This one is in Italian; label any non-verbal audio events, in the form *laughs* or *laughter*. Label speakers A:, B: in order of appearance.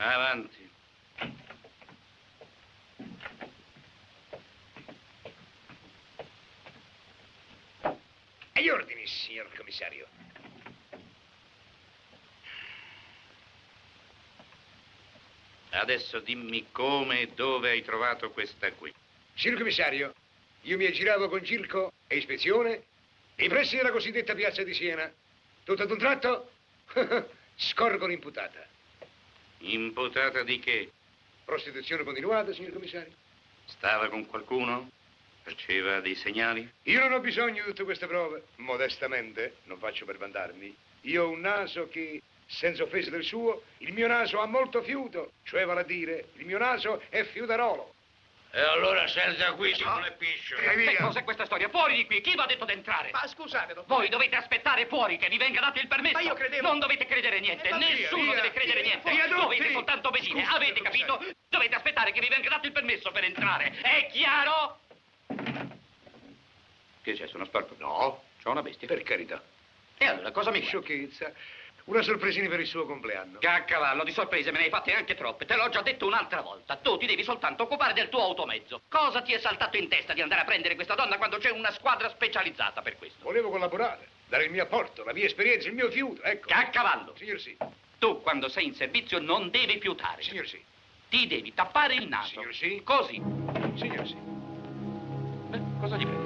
A: Avanti.
B: Agli ordini, signor commissario.
A: Adesso dimmi come e dove hai trovato questa qui.
B: Signor commissario, io mi aggiravo con circo e ispezione nei pressi della cosiddetta piazza di Siena. Tutto ad un tratto, *laughs* scorgo l'imputata.
A: Imputata di che?
B: Prostituzione continuata, signor commissario.
A: Stava con qualcuno? Faceva dei segnali?
B: Io non ho bisogno di tutte queste prove. Modestamente, non faccio per vantarmi. Io ho un naso che, senza offesa del suo, il mio naso ha molto fiuto. Cioè, vale a dire, il mio naso è fiutarolo.
A: E allora senza qui si vuole piscio.
B: E via.
C: Che cos'è questa storia? Fuori di qui! Chi vi ha detto d'entrare?
D: Ma scusate, dottore.
C: Voi dovete aspettare fuori che vi venga dato il permesso.
D: Ma io credevo-
C: Non dovete credere niente.
D: Eh, ma via,
C: Nessuno
B: via,
C: deve credere
B: via,
C: niente.
B: via tutti.
C: Dovete soltanto obbedire.
B: Scusi,
C: Avete
B: commissario.
C: capito? Dovete aspettare che vi venga dato il permesso per entrare. È chiaro?
A: Che c'è? Sono sporco? No, c'ho una bestia.
B: Per carità.
C: E allora cosa mi sciocchi?
B: Sciocchezza. Una sorpresina per il suo compleanno.
C: Caccavallo, di sorprese me ne hai fatte anche troppe. Te l'ho già detto un'altra volta. Tu ti devi soltanto occupare del tuo automezzo. Cosa ti è saltato in testa di andare a prendere questa donna quando c'è una squadra specializzata per questo?
B: Volevo collaborare, dare il mio apporto, la mia esperienza, il mio fiuto, ecco.
C: Caccavallo,
B: Signor sì,
C: tu quando sei in servizio non devi fiutare.
B: signor sì,
C: Ti devi tappare il naso.
B: Signor sì?
C: Così.
B: signor sì.
C: Beh, cosa gli prendo?